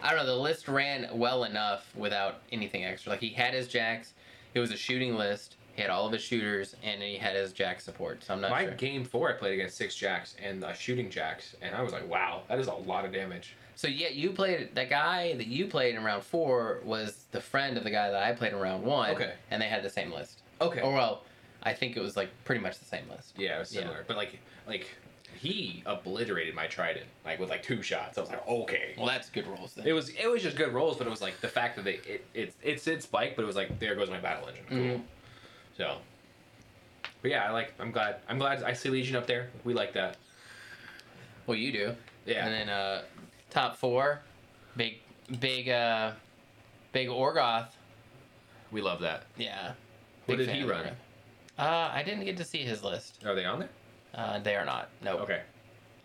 Speaker 2: I don't know. The list ran well enough without anything extra. Like he had his jacks. It was a shooting list. He had all of his shooters, and he had his jack support. So I'm not
Speaker 1: My
Speaker 2: sure.
Speaker 1: game four, I played against six jacks and uh, shooting jacks, and I was like, wow, that is a lot of damage.
Speaker 2: So yet you played that guy that you played in round four was the friend of the guy that I played in round one.
Speaker 1: Okay.
Speaker 2: And they had the same list.
Speaker 1: Okay.
Speaker 2: Or well, I think it was like pretty much the same list.
Speaker 1: yeah, it was
Speaker 2: Yeah.
Speaker 1: similar, but like, like he obliterated my trident like with like two shots. I was like, okay.
Speaker 2: Well, that's good rolls then.
Speaker 1: It was it was just good rolls, but it was like the fact that they it it's it's its spike, but it was like there goes my battle engine. Cool.
Speaker 2: Mhm.
Speaker 1: So, but yeah, I like. I'm glad. I'm glad I see Legion up there. We like that.
Speaker 2: Well, you do.
Speaker 1: Yeah.
Speaker 2: And then uh, top four, big, big, uh, big Orgoth.
Speaker 1: We love that.
Speaker 2: Yeah.
Speaker 1: What
Speaker 2: Big
Speaker 1: did
Speaker 2: fan
Speaker 1: he
Speaker 2: of
Speaker 1: run?
Speaker 2: Orgoth. Uh, I didn't get to see his list.
Speaker 1: Are they on there?
Speaker 2: Uh, they are not. Nope.
Speaker 1: Okay.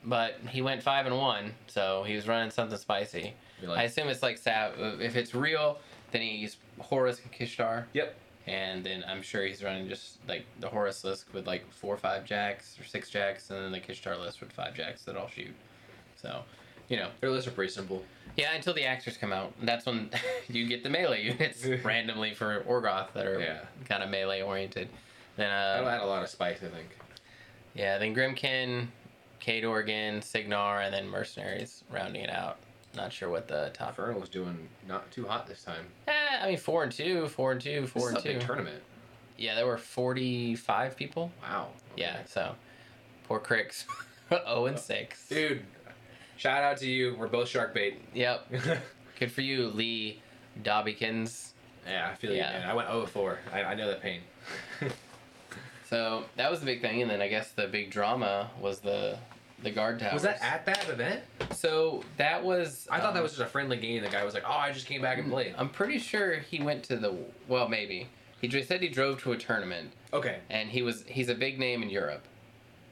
Speaker 2: But he went five and one, so he was running something spicy.
Speaker 1: We like.
Speaker 2: I assume it's like Sav. If it's real, then he's Horus and Kishtar,
Speaker 1: yep.
Speaker 2: and then I'm sure he's running just like the Horus list with like four or five jacks or six jacks, and then the Kishtar list with five jacks that all shoot. So, you know,
Speaker 1: Their lists are pretty simple.
Speaker 2: yeah, until the axers come out, that's when *laughs* you get the
Speaker 1: *laughs*
Speaker 2: melee units randomly for Orgoth that are
Speaker 1: Yeah.
Speaker 2: kind of melee oriented. Then
Speaker 1: That'll
Speaker 2: uh,
Speaker 1: add a lot of spice, I think.
Speaker 2: yeah, then Grimkin, Kador again, Signar, and then mercenaries rounding it out. Not sure what the top.
Speaker 1: Infernal's doing not too hot this time.
Speaker 2: Eh, I mean, four and two, four and two, four
Speaker 1: This is
Speaker 2: and
Speaker 1: a big
Speaker 2: two.
Speaker 1: tournament.
Speaker 2: Yeah, there were 45 people.
Speaker 1: Wow.
Speaker 2: Yeah, so poor Cricks. *laughs* 0 and 6.
Speaker 1: Oh. Dude, shout out to you. We're both shark bait.
Speaker 2: Yep.
Speaker 1: *laughs* yeah,
Speaker 2: Good for you, Lee Dobbykins.
Speaker 1: I feel
Speaker 2: Yeah.
Speaker 1: you, man. I went 0 4. I, I know that pain.
Speaker 2: So that was the big thing, and then I guess the big drama was the the guard towers.
Speaker 1: was that at that event?
Speaker 2: So that was.
Speaker 1: I thought that
Speaker 2: um,
Speaker 1: was just a friendly game. The guy was like, oh, I just came back and played.
Speaker 2: I'm pretty sure he went to the. Well, maybe he dr- said he drove to a tournament,
Speaker 1: Okay.
Speaker 2: and he was he's a big name in Europe.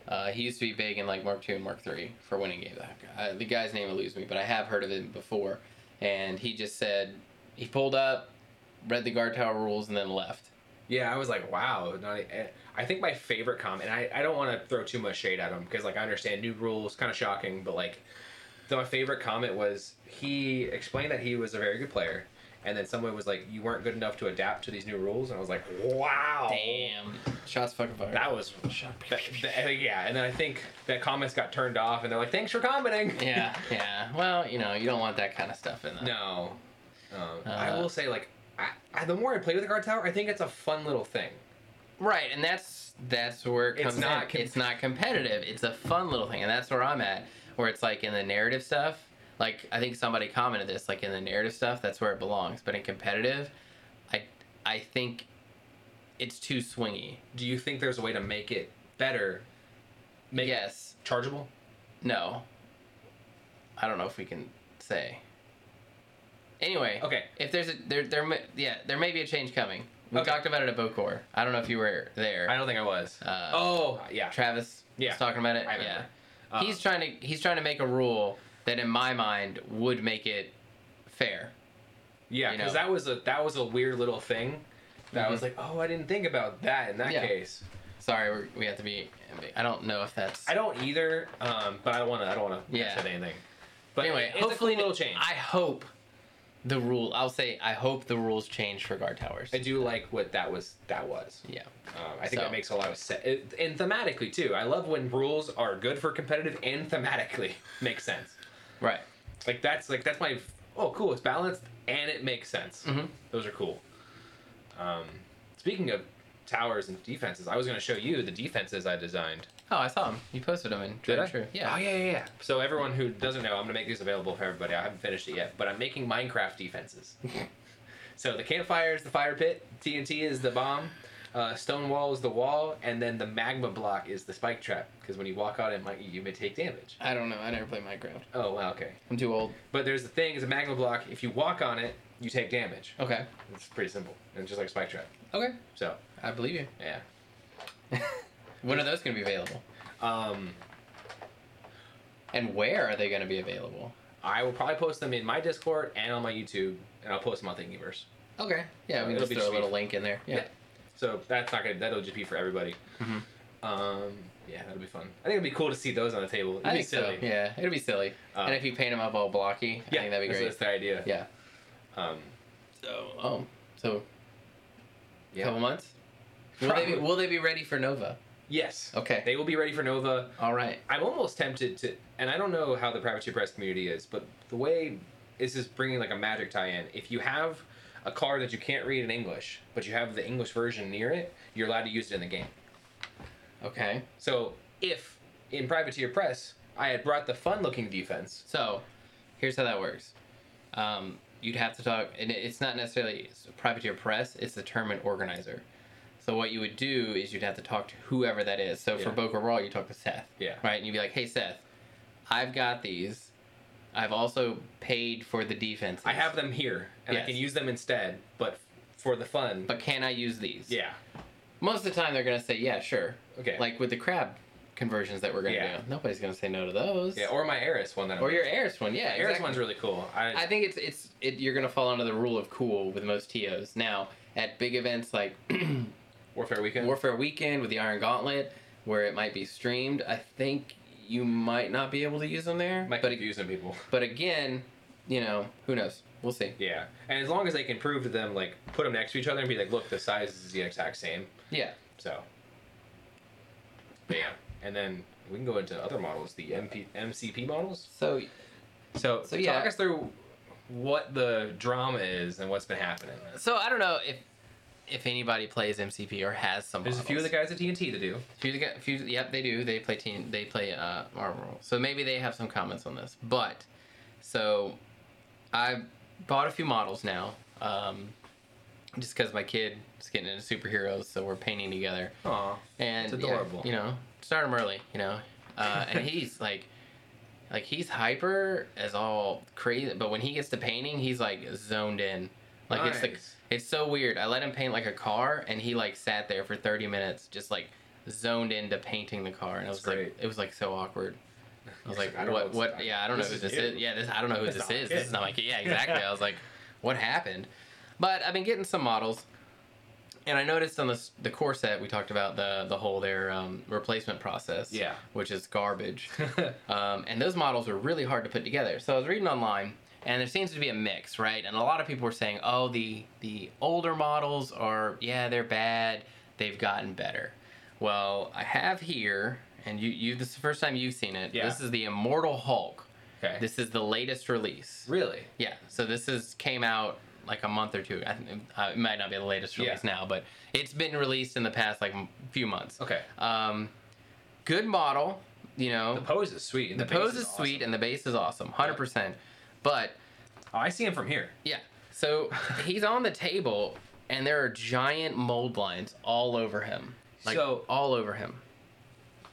Speaker 2: Uh, he used to be big in like Mark Two and Mark Three for winning games. I, I- the guy's name eludes me, but I have heard of him before. And he just said he pulled up, read the guard tower rules, and then left.
Speaker 1: Yeah, I was like, wow. Not, eh, I think my favorite comment, and I, I don't want to throw too much shade at him because, like, I understand new rules, kind of shocking, but, like, the, my favorite comment was he explained that he was a very good player, and then someone was like, you weren't good enough to adapt to these new rules, and I was like, wow.
Speaker 2: Damn. Shots fucking fired.
Speaker 1: Oh. That was. That, that- yeah, and then I think that comments got turned off, and they're like, thanks for commenting.
Speaker 2: yeah, yeah. Well, you know, you don't want that kind of stuff in there.
Speaker 1: *laughs* No. Um, I
Speaker 2: Uh,
Speaker 1: will say, like, I, I, the more I play with the guard tower, I think it's a fun little thing.
Speaker 2: Right, and that's that's where it
Speaker 1: It's
Speaker 2: comes
Speaker 1: not
Speaker 2: in.
Speaker 1: com-
Speaker 2: it's not competitive. It's a fun little thing, and that's where I'm at. Where it's like in the narrative stuff. Like I think somebody commented this. Like in the narrative stuff, that's where it belongs. But in competitive, I I think it's too swingy.
Speaker 1: Do you think there's a way to make it better? Make it
Speaker 2: yes.
Speaker 1: chargeable?
Speaker 2: No. I don't know if we can say. Anyway.
Speaker 1: Okay.
Speaker 2: If there's a there there may- yeah there may be a change coming. We
Speaker 1: Okay.
Speaker 2: talked about it at Bocor. I don't know if you were there.
Speaker 1: I don't think I was.
Speaker 2: Uh,
Speaker 1: oh, yeah.
Speaker 2: Travis
Speaker 1: Yeah.
Speaker 2: was talking about it.
Speaker 1: I remember.
Speaker 2: yeah.
Speaker 1: Uh,
Speaker 2: he's trying to he's trying to make a rule that in my mind would make it fair.
Speaker 1: yeah,
Speaker 2: you
Speaker 1: because
Speaker 2: know.
Speaker 1: that was a that was a weird little thing. That I was
Speaker 2: Mhm.
Speaker 1: like, oh, I didn't think about that in that
Speaker 2: Yeah.
Speaker 1: case.
Speaker 2: Sorry, we're, we have to be. I don't know if that's.
Speaker 1: I don't either, um, but I don't want to. I don't want to
Speaker 2: Yeah.
Speaker 1: say anything. But
Speaker 2: anyway,
Speaker 1: it's
Speaker 2: hopefully
Speaker 1: a cool little change.
Speaker 2: I hope the rule. I'll say I hope the rules change for guard towers.
Speaker 1: I do like what that was. That was.
Speaker 2: Yeah.
Speaker 1: Um, I think
Speaker 2: So.
Speaker 1: that makes a lot of sense. It, and thematically, too. I love when rules are good for competitive and thematically *laughs* makes sense.
Speaker 2: Right.
Speaker 1: Like, that's like, that's my, oh, cool, it's balanced and it makes sense.
Speaker 2: Mhm.
Speaker 1: Those are cool. Um, speaking of towers and defenses, I was going to show you the defenses I designed.
Speaker 2: Oh, I saw him. You posted them in True.
Speaker 1: Did I?
Speaker 2: True.
Speaker 1: Oh,
Speaker 2: Yeah.
Speaker 1: yeah, yeah, yeah. So, everyone who doesn't know, I'm going to make these available for everybody. I haven't finished it yet, but I'm making Minecraft *laughs* defenses. so, the campfire is the fire pit, TNT is the bomb, uh, stone wall is the wall, and then the magma block is the spike trap. Because when you walk out, it might, you may take damage.
Speaker 2: I don't know. I never played Minecraft.
Speaker 1: Oh, wow, okay.
Speaker 2: I'm too old.
Speaker 1: But there's the thing is a magma block. If you walk on it, you take damage.
Speaker 2: Okay.
Speaker 1: It's pretty simple. And it's just like spike trap.
Speaker 2: Okay.
Speaker 1: So,
Speaker 2: I believe you.
Speaker 1: yeah.
Speaker 2: When are those going to be available?
Speaker 1: Um,
Speaker 2: And where are they going to be available?
Speaker 1: I will probably post them in my Discord and on my YouTube, and I'll post them on Thingiverse.
Speaker 2: Okay. Yeah, we can
Speaker 1: It'll
Speaker 2: just
Speaker 1: be
Speaker 2: throw a
Speaker 1: just
Speaker 2: little link in there. Yeah.
Speaker 1: So that's not gonna. That'll just be for everybody.
Speaker 2: Mhm.
Speaker 1: Um, yeah, that'll be fun. I think it'd be cool to see those on the table. It'd
Speaker 2: I
Speaker 1: be
Speaker 2: think
Speaker 1: silly.
Speaker 2: so. Yeah, it'll be silly.
Speaker 1: Um,
Speaker 2: and if you paint them up all blocky, I
Speaker 1: Yeah,
Speaker 2: think that'd be
Speaker 1: that's,
Speaker 2: great.
Speaker 1: That's the idea.
Speaker 2: Yeah.
Speaker 1: Um,
Speaker 2: So, oh, so a
Speaker 1: yeah.
Speaker 2: couple months. Will they, be,
Speaker 1: Probably.
Speaker 2: will they be ready for Nova?
Speaker 1: Yes.
Speaker 2: Okay.
Speaker 1: They will be ready for Nova.
Speaker 2: all right.
Speaker 1: I'm almost tempted to, and I don't know how the Privateer Press community is, but the way this is bringing like a magic tie-in. If you have a card that you can't read in English, but you have the English version near it, you're allowed to use it in the game.
Speaker 2: Okay.
Speaker 1: So if in Privateer Press I had brought the fun-looking defense,
Speaker 2: So, here's how that works. Um, you'd have to talk, and it- it's not necessarily it's privateer press. It's the tournament organizer. So what you would do is you'd have to talk to whoever that is. So for
Speaker 1: Yeah.
Speaker 2: Boca Raw, you talk to Seth.
Speaker 1: Yeah.
Speaker 2: Right, and you'd be like, "Hey Seth, I've got these. I've also paid for the defense.
Speaker 1: I have them here, and
Speaker 2: Yes.
Speaker 1: I can use them instead, but for the fun.
Speaker 2: but can I use these?
Speaker 1: yeah.
Speaker 2: Most of the time, they're gonna say, "Yeah, sure."
Speaker 1: Okay.
Speaker 2: Like with the crab conversions that we're gonna
Speaker 1: Yeah.
Speaker 2: do, nobody's gonna say no to those.
Speaker 1: Yeah, or my Eris one that I'm
Speaker 2: or your Eris one. Yeah,
Speaker 1: Eris
Speaker 2: exactly.
Speaker 1: one's really cool. I,
Speaker 2: I think it's it's it, you're gonna fall under the rule of cool with most TOs. Now at big
Speaker 1: *clears throat*
Speaker 2: events like
Speaker 1: Warfare Weekend.
Speaker 2: Warfare Weekend with the Iron Gauntlet, where it might be streamed, I think you might not be able to use them there.
Speaker 1: might
Speaker 2: but ag-
Speaker 1: confuse some people. *laughs*
Speaker 2: but again, you know who knows? We'll see.
Speaker 1: Yeah, and as long as they can prove to them, like put them next to each other and be like, look, the size is the exact same.
Speaker 2: Yeah.
Speaker 1: So, but yeah, and then we can go into other models, the MP, MCP models.
Speaker 2: So
Speaker 1: So,
Speaker 2: So, yeah.
Speaker 1: talk us through what the drama is and what's been happening.
Speaker 2: so I don't know if if anybody plays MCP or has some.
Speaker 1: There's a few of
Speaker 2: models.
Speaker 1: the guys at TNT to do.
Speaker 2: Few, of the gu- few, yep, they do. They play team. They play uh, Marvel. Rule. So maybe they have some comments on this. But so I bought a few models now, um, just because my kid is getting into superheroes, so we're painting together.
Speaker 1: *laughs* Aw.
Speaker 2: And
Speaker 1: It's
Speaker 2: yeah,
Speaker 1: adorable.
Speaker 2: you know, start him early. You know, uh, and he's like, like he's hyper as all crazy. But when he gets to painting, he's like zoned in. Like it's like
Speaker 1: Nice.
Speaker 2: it's so weird. I let him paint like a car, and he like sat there for thirty minutes, just like zoned into painting the car, and I was
Speaker 1: That's
Speaker 2: like,
Speaker 1: great.
Speaker 2: it was like so awkward. I
Speaker 1: He's
Speaker 2: was like,
Speaker 1: like, I don't know
Speaker 2: what?
Speaker 1: what's-
Speaker 2: What? Yeah, I don't know
Speaker 1: this
Speaker 2: who
Speaker 1: is
Speaker 2: this
Speaker 1: you.
Speaker 2: is. Yeah, this I don't know who
Speaker 1: That's not
Speaker 2: this
Speaker 1: my
Speaker 2: is. This
Speaker 1: kid.
Speaker 2: is not my kid. Yeah, exactly. I was like, what happened? But I've been getting some models, and I noticed on the s- the core set we talked about the the whole their um, replacement process.
Speaker 1: Yeah.
Speaker 2: which is
Speaker 1: *laughs*
Speaker 2: garbage. Um, and those models are really hard to put together. So I was reading online, and there seems to be a mix, right? And a lot of people were saying, "Oh, the the older models are yeah, they're bad. They've gotten better." Well, I have here, and you you this is the first time you've seen it.
Speaker 1: Yeah.
Speaker 2: This is the Immortal Hulk.
Speaker 1: okay.
Speaker 2: This is the latest release.
Speaker 1: really?
Speaker 2: Yeah. So this is came out like a month or two. I, think- uh, it might not be the latest
Speaker 1: Yeah.
Speaker 2: release now, but it's been released in the past like m- few months.
Speaker 1: Okay.
Speaker 2: Um, good model. You know,
Speaker 1: The pose is sweet. and
Speaker 2: the
Speaker 1: bass
Speaker 2: pose is
Speaker 1: awesome.
Speaker 2: sweet and the bass is awesome, hundred percent. But
Speaker 1: Oh, I see him from here.
Speaker 2: yeah,
Speaker 1: *laughs*
Speaker 2: so he's on the table, and there are giant mold lines all over him, like
Speaker 1: So-
Speaker 2: all over him.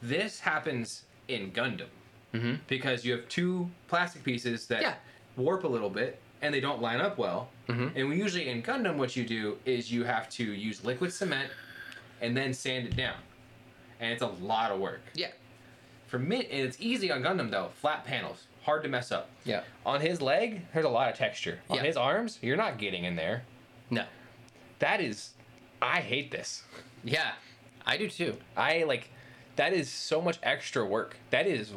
Speaker 1: This happens in Gundam Mm-hmm.
Speaker 2: Mhm.
Speaker 1: because you have two plastic pieces that
Speaker 2: Yeah.
Speaker 1: warp a little bit and they don't line up well.
Speaker 2: Mhm.
Speaker 1: And we usually in Gundam, what you do is you have to use liquid cement and then sand it down, and it's a lot of work.
Speaker 2: Yeah,
Speaker 1: For me, and it's easy on Gundam though. Flat panels, hard to mess up.
Speaker 2: yeah.
Speaker 1: On his leg, there's a lot of texture. On
Speaker 2: Yeah.
Speaker 1: his arms, you're not getting in there.
Speaker 2: No,
Speaker 1: That is, I hate this.
Speaker 2: yeah, I do too.
Speaker 1: I like, that is so much extra work. That is,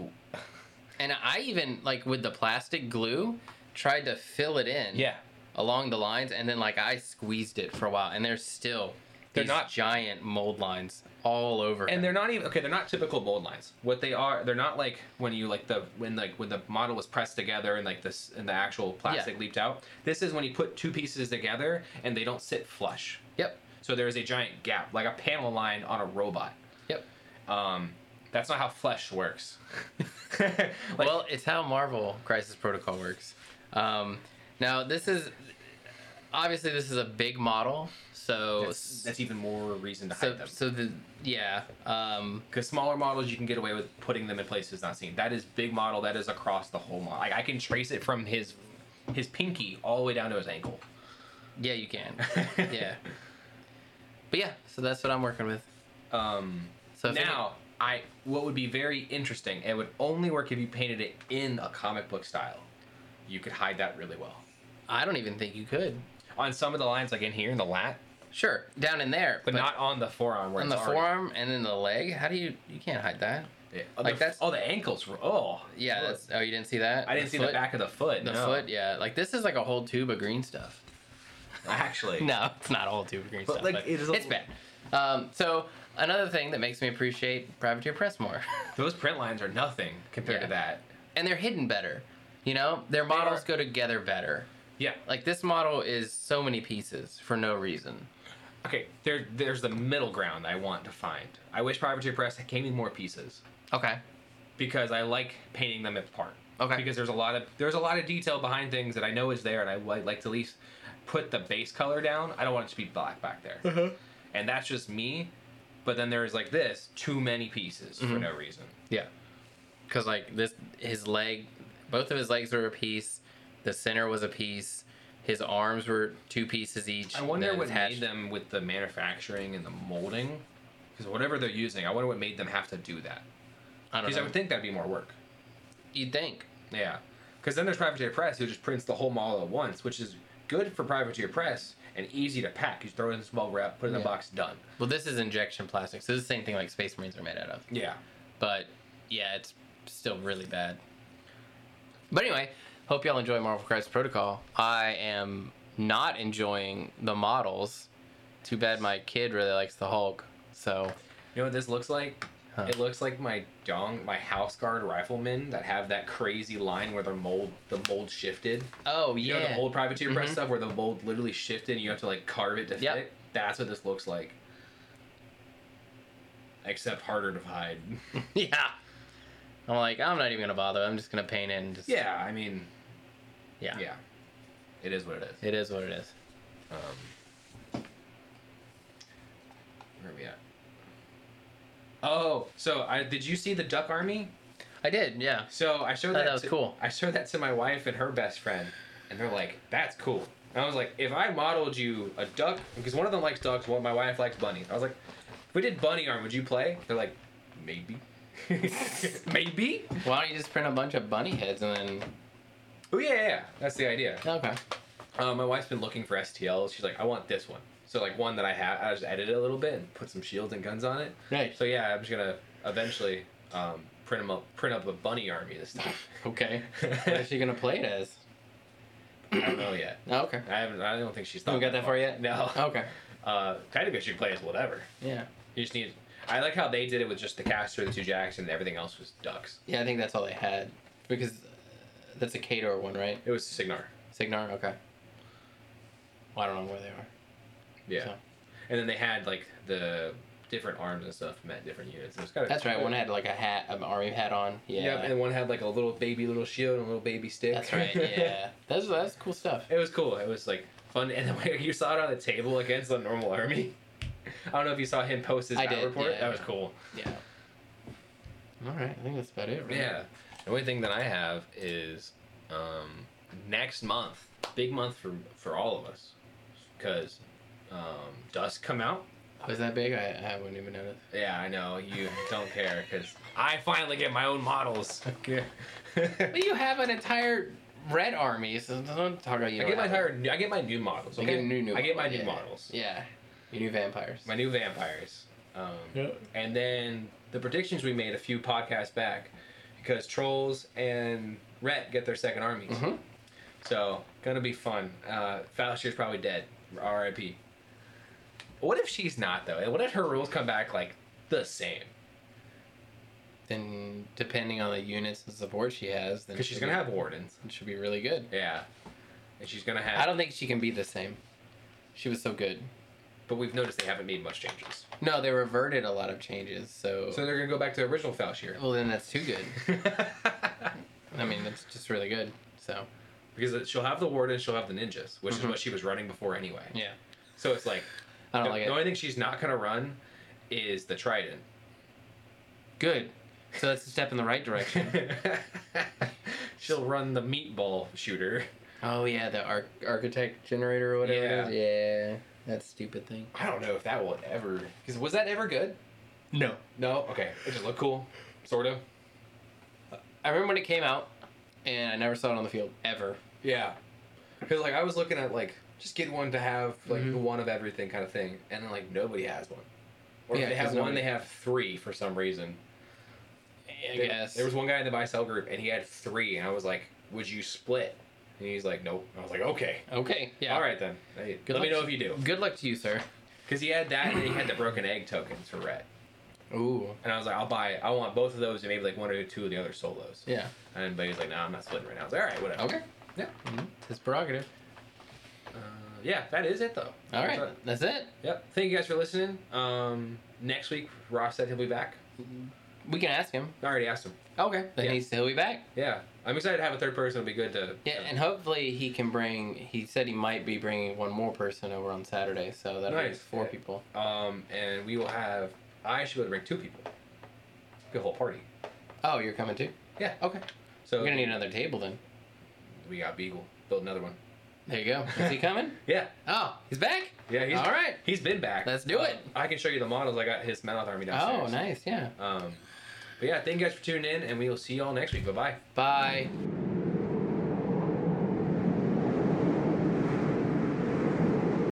Speaker 2: And I even like with the plastic glue, tried to fill it in.
Speaker 1: yeah.
Speaker 2: along the lines, and then like I squeezed it for a while, and there's still
Speaker 1: They're
Speaker 2: these
Speaker 1: not-
Speaker 2: giant mold lines all over. him.
Speaker 1: And they're not even okay. They're not typical mold lines. What they are, they're not like when you like the when like when the model was pressed together and like this and the actual plastic leaped out. This is when you put two pieces together and they don't sit flush.
Speaker 2: yep,
Speaker 1: So there is a giant gap, like a panel line on a robot.
Speaker 2: yep.
Speaker 1: Um, that's not how flesh works. *laughs* Like,
Speaker 2: well, it's how Marvel Crisis Protocol works. Um, now this is obviously this is a big model, so
Speaker 1: that's, that's even more reason to
Speaker 2: so
Speaker 1: hide them.
Speaker 2: so the yeah um,
Speaker 1: Because smaller models, you can get away with putting them in places not seen. That is big model. That is across the whole model. Like I can trace it from his his pinky all the way down to his ankle.
Speaker 2: yeah
Speaker 1: *laughs*
Speaker 2: you can yeah. But yeah, so that's what I'm working with.
Speaker 1: Um,
Speaker 2: So if any-
Speaker 1: now, I what would be very interesting. It would only work if you painted it in a comic book style. You could hide that really well.
Speaker 2: I don't even think you could.
Speaker 1: On some of the lines, like in here in the lat,
Speaker 2: Sure, down in there,
Speaker 1: but, not on the forearm. Where
Speaker 2: on
Speaker 1: it's
Speaker 2: the
Speaker 1: already-
Speaker 2: forearm and then the leg. How do you? You can't hide that.
Speaker 1: Yeah. Oh,
Speaker 2: Like
Speaker 1: the,
Speaker 2: that's-
Speaker 1: oh, the ankles. were- Oh,
Speaker 2: Yeah,
Speaker 1: Lord.
Speaker 2: that's. Oh, you didn't see that?
Speaker 1: I didn't see the
Speaker 2: foot?
Speaker 1: back of the foot.
Speaker 2: The
Speaker 1: no.
Speaker 2: foot, yeah. Like this is like a whole tube of green stuff.
Speaker 1: actually.
Speaker 2: *laughs* No, it's not a whole tube of green
Speaker 1: But,
Speaker 2: stuff.
Speaker 1: like,
Speaker 2: but
Speaker 1: it is a-
Speaker 2: it's bad. Um, so another thing that makes me appreciate Privateer Press more, *laughs*
Speaker 1: Those print lines are nothing compared
Speaker 2: Yeah.
Speaker 1: to that.
Speaker 2: and they're hidden better. You know, their models
Speaker 1: are-
Speaker 2: go together better.
Speaker 1: Yeah.
Speaker 2: Like this model is so many pieces for no reason.
Speaker 1: Okay. There, there's the middle ground I want to find. I wish Privateer Press gave me more pieces.
Speaker 2: Okay.
Speaker 1: because I like painting them apart.
Speaker 2: Okay.
Speaker 1: Because there's a lot of there's a lot of detail behind things that I know is there, and I would like to at least put the base color down. I don't want it to be black back there,
Speaker 2: Uh-huh.
Speaker 1: and that's just me. But then there is like this too many pieces
Speaker 2: Mm-hmm.
Speaker 1: for no reason.
Speaker 2: Yeah. Cause like this, his leg, both of his legs were a piece. The center was a piece. His arms were two pieces each.
Speaker 1: I wonder
Speaker 2: then
Speaker 1: what made
Speaker 2: attached-
Speaker 1: them with the manufacturing and the molding, because whatever they're using, I wonder what made them have to do that.
Speaker 2: I don't
Speaker 1: Because
Speaker 2: know.
Speaker 1: I would think that'd be more work.
Speaker 2: You'd think.
Speaker 1: Yeah. Because then there's Privateer Press who just prints the whole model at once, which is good for Privateer Press and easy to pack. You throw it in a small wrap, put it in
Speaker 2: Yeah.
Speaker 1: a box, done.
Speaker 2: Well, this is injection plastic, so this is the same thing like Space Marines are made out of.
Speaker 1: Yeah.
Speaker 2: But yeah, it's still really bad. But anyway, hope y'all enjoy Marvel Crisis Protocol. I am not enjoying the models. Too bad my kid really likes the Hulk. So
Speaker 1: You know what this looks like?
Speaker 2: Huh.
Speaker 1: It looks like my dong, my house guard riflemen that have that crazy line where their mold, the mold shifted.
Speaker 2: oh
Speaker 1: You know
Speaker 2: yeah,
Speaker 1: the old privateer press
Speaker 2: Mhm.
Speaker 1: stuff where the mold literally shifted and you have to like carve it to
Speaker 2: Yep.
Speaker 1: fit. that's what this looks like. Except harder to
Speaker 2: *laughs*
Speaker 1: hide.
Speaker 2: yeah. I'm like, I'm not even gonna bother. I'm just gonna paint it and just
Speaker 1: yeah, I mean,
Speaker 2: yeah.
Speaker 1: yeah. It is what it is.
Speaker 2: It is what it is.
Speaker 1: Um, where are we at? Oh, so I did you see the Duck Army?
Speaker 2: I did, yeah.
Speaker 1: So I showed
Speaker 2: Thought
Speaker 1: that,
Speaker 2: that was
Speaker 1: to,
Speaker 2: cool.
Speaker 1: I showed that to my wife and her best friend, and they're like, "That's cool." And I was like, "If I modeled you a duck, because one of them likes ducks, one my wife likes bunnies." I was like, "If we did bunny arm, would you play?" They're like, "Maybe." *laughs* Maybe.
Speaker 2: Why don't you just print a bunch of bunny heads and then
Speaker 1: Oh yeah, yeah, yeah. that's the idea.
Speaker 2: Okay.
Speaker 1: Uh, my wife's been looking for STLs. She's like, "I want this one." So like one that I have, I just edit it a little bit and put some shields and guns on it.
Speaker 2: Nice.
Speaker 1: So yeah, I'm just gonna eventually um, print 'em up, print up a bunny army this time.
Speaker 2: *laughs* Okay. what is she gonna play it as?
Speaker 1: I don't know yet.
Speaker 2: Okay.
Speaker 1: I haven't. I don't think she's.
Speaker 2: You
Speaker 1: thought
Speaker 2: haven't got that
Speaker 1: far.
Speaker 2: far yet? Oh.
Speaker 1: No.
Speaker 2: Okay.
Speaker 1: Uh, technically, she plays whatever.
Speaker 2: Yeah.
Speaker 1: You just need. I like how they did it with just the caster, the two jacks, and everything else was ducks.
Speaker 2: Yeah, I think that's all they had. Because uh, that's a Kador one, right?
Speaker 1: It was Signar.
Speaker 2: Signar? Okay. Well, I don't know where they are.
Speaker 1: Yeah.
Speaker 2: So-
Speaker 1: And then they had like the different arms and stuff meant different units. It was kind of.
Speaker 2: That's right. One had like a hat, an army hat on. Yeah.
Speaker 1: Yep, and one had like a little baby little shield and a little baby stick. *laughs*
Speaker 2: That's right. Yeah. That's that's cool stuff.
Speaker 1: it was cool. It was like fun, and *laughs* then when you saw it on the table against the normal army. *laughs* I don't know if you saw him post his
Speaker 2: I
Speaker 1: battle
Speaker 2: did,
Speaker 1: report.
Speaker 2: yeah.
Speaker 1: That was cool.
Speaker 2: Yeah. All right. I think that's about it. Right?
Speaker 1: Yeah. The only thing that I have is um, next month, big month for for all of us, because um, Dusk come out.
Speaker 2: Was Oh, that big? I, I wouldn't even notice.
Speaker 1: Yeah, I know *laughs* you don't care because I finally get my own models. *laughs* I
Speaker 2: But you have an entire red army. So don't talk about you. don't
Speaker 1: get my
Speaker 2: have it.
Speaker 1: entire I get my new models.
Speaker 2: You
Speaker 1: Okay?
Speaker 2: get new, new
Speaker 1: I get my
Speaker 2: model,
Speaker 1: new
Speaker 2: yeah.
Speaker 1: models.
Speaker 2: Yeah. Your new vampires.
Speaker 1: My new vampires. Um,
Speaker 2: Yep.
Speaker 1: And then the predictions we made a few podcasts back, because trolls and Rhett get their second armies.
Speaker 2: hmm
Speaker 1: So gonna be fun. Uh, Faustia's probably dead. R.I.P. What if she's not though? And What if her rules come back like the same?
Speaker 2: Then depending on the units and support she has, then
Speaker 1: Because she's gonna have wardens.
Speaker 2: have should be really good.
Speaker 1: Yeah, and she's gonna have.
Speaker 2: I don't think she can be the same. She was so good.
Speaker 1: But we've noticed they haven't made much changes.
Speaker 2: No, they reverted a lot of changes. So,
Speaker 1: So they're gonna go back to original Faustia.
Speaker 2: well, then that's too good. I mean, that's just really good. So
Speaker 1: *laughs* because she'll have the wardens, she'll have the ninjas, which is
Speaker 2: Mhm.
Speaker 1: what she was running before anyway.
Speaker 2: yeah,
Speaker 1: So it's like
Speaker 2: I don't
Speaker 1: the,
Speaker 2: like
Speaker 1: the
Speaker 2: it.
Speaker 1: only thing she's not gonna run is the trident.
Speaker 2: Good. So that's a step in the right direction.
Speaker 1: *laughs* she'll run the meatball shooter.
Speaker 2: oh yeah, the arch- architect generator or whatever. It is. Yeah, that stupid thing.
Speaker 1: I don't know if that will ever. Because was that ever good?
Speaker 2: No,
Speaker 1: No. Okay. It just looked cool, sort of.
Speaker 2: I remember when it came out, and I never saw it on the field ever.
Speaker 1: Yeah. Because like I was looking at like just get one to have like
Speaker 2: Mhm.
Speaker 1: the one of everything kind of thing, and then like nobody has one. Or
Speaker 2: Yeah,
Speaker 1: if they have
Speaker 2: 'cause
Speaker 1: one,
Speaker 2: nobody-
Speaker 1: they have three for some reason.
Speaker 2: I
Speaker 1: There-
Speaker 2: guess
Speaker 1: There was one guy in the buy sell group, and he had three, and I was like, "Would you split?" And he's like, "Nope." I was like, "Okay,
Speaker 2: okay. Yeah.
Speaker 1: all right then. Hey,
Speaker 2: Good
Speaker 1: let me
Speaker 2: luck
Speaker 1: know
Speaker 2: to-
Speaker 1: if you do."
Speaker 2: Good luck to you, sir.
Speaker 1: Because he had that, and he had the broken egg tokens for red.
Speaker 2: Ooh.
Speaker 1: And I was like, "I'll buy. I want both of those, and maybe like one or two of the other solos."
Speaker 2: Yeah.
Speaker 1: And but he's like, "No, I'm not splitting right now." I was like, "All right, whatever."
Speaker 2: Okay.
Speaker 1: Yeah.
Speaker 2: Mhm. His prerogative.
Speaker 1: Uh, yeah, that is it though.
Speaker 2: All
Speaker 1: That's
Speaker 2: right.
Speaker 1: it.
Speaker 2: That's it.
Speaker 1: Yep. Thank you guys for listening. Um, next week, Ross said he'll be back.
Speaker 2: We can ask him.
Speaker 1: I already asked him.
Speaker 2: Okay. Then
Speaker 1: Yeah.
Speaker 2: he's he'll be back.
Speaker 1: Yeah, I'm excited to have a third person. It'll be good to.
Speaker 2: Yeah, and hopefully he can bring. He said he might be bringing one more person over on Saturday, so that will be
Speaker 1: Nice.
Speaker 2: four people.
Speaker 1: Um, and we will have. I should be able to bring two people. Good whole party.
Speaker 2: Oh, you're coming too?
Speaker 1: Yeah.
Speaker 2: Okay.
Speaker 1: So
Speaker 2: We're gonna need another table then.
Speaker 1: we got Beagle. Build another one.
Speaker 2: There you go.
Speaker 1: *laughs*
Speaker 2: Is he coming?
Speaker 1: Yeah.
Speaker 2: Oh, he's back.
Speaker 1: Yeah. He's
Speaker 2: All right.
Speaker 1: He's been back.
Speaker 2: Let's do
Speaker 1: Um,
Speaker 2: it.
Speaker 1: I can show you the models. I got his Mouth Army downstairs.
Speaker 2: Oh, nice. Yeah.
Speaker 1: Um, but yeah, thank you guys for tuning in, and we will see you all next week. Bye bye.
Speaker 2: Bye.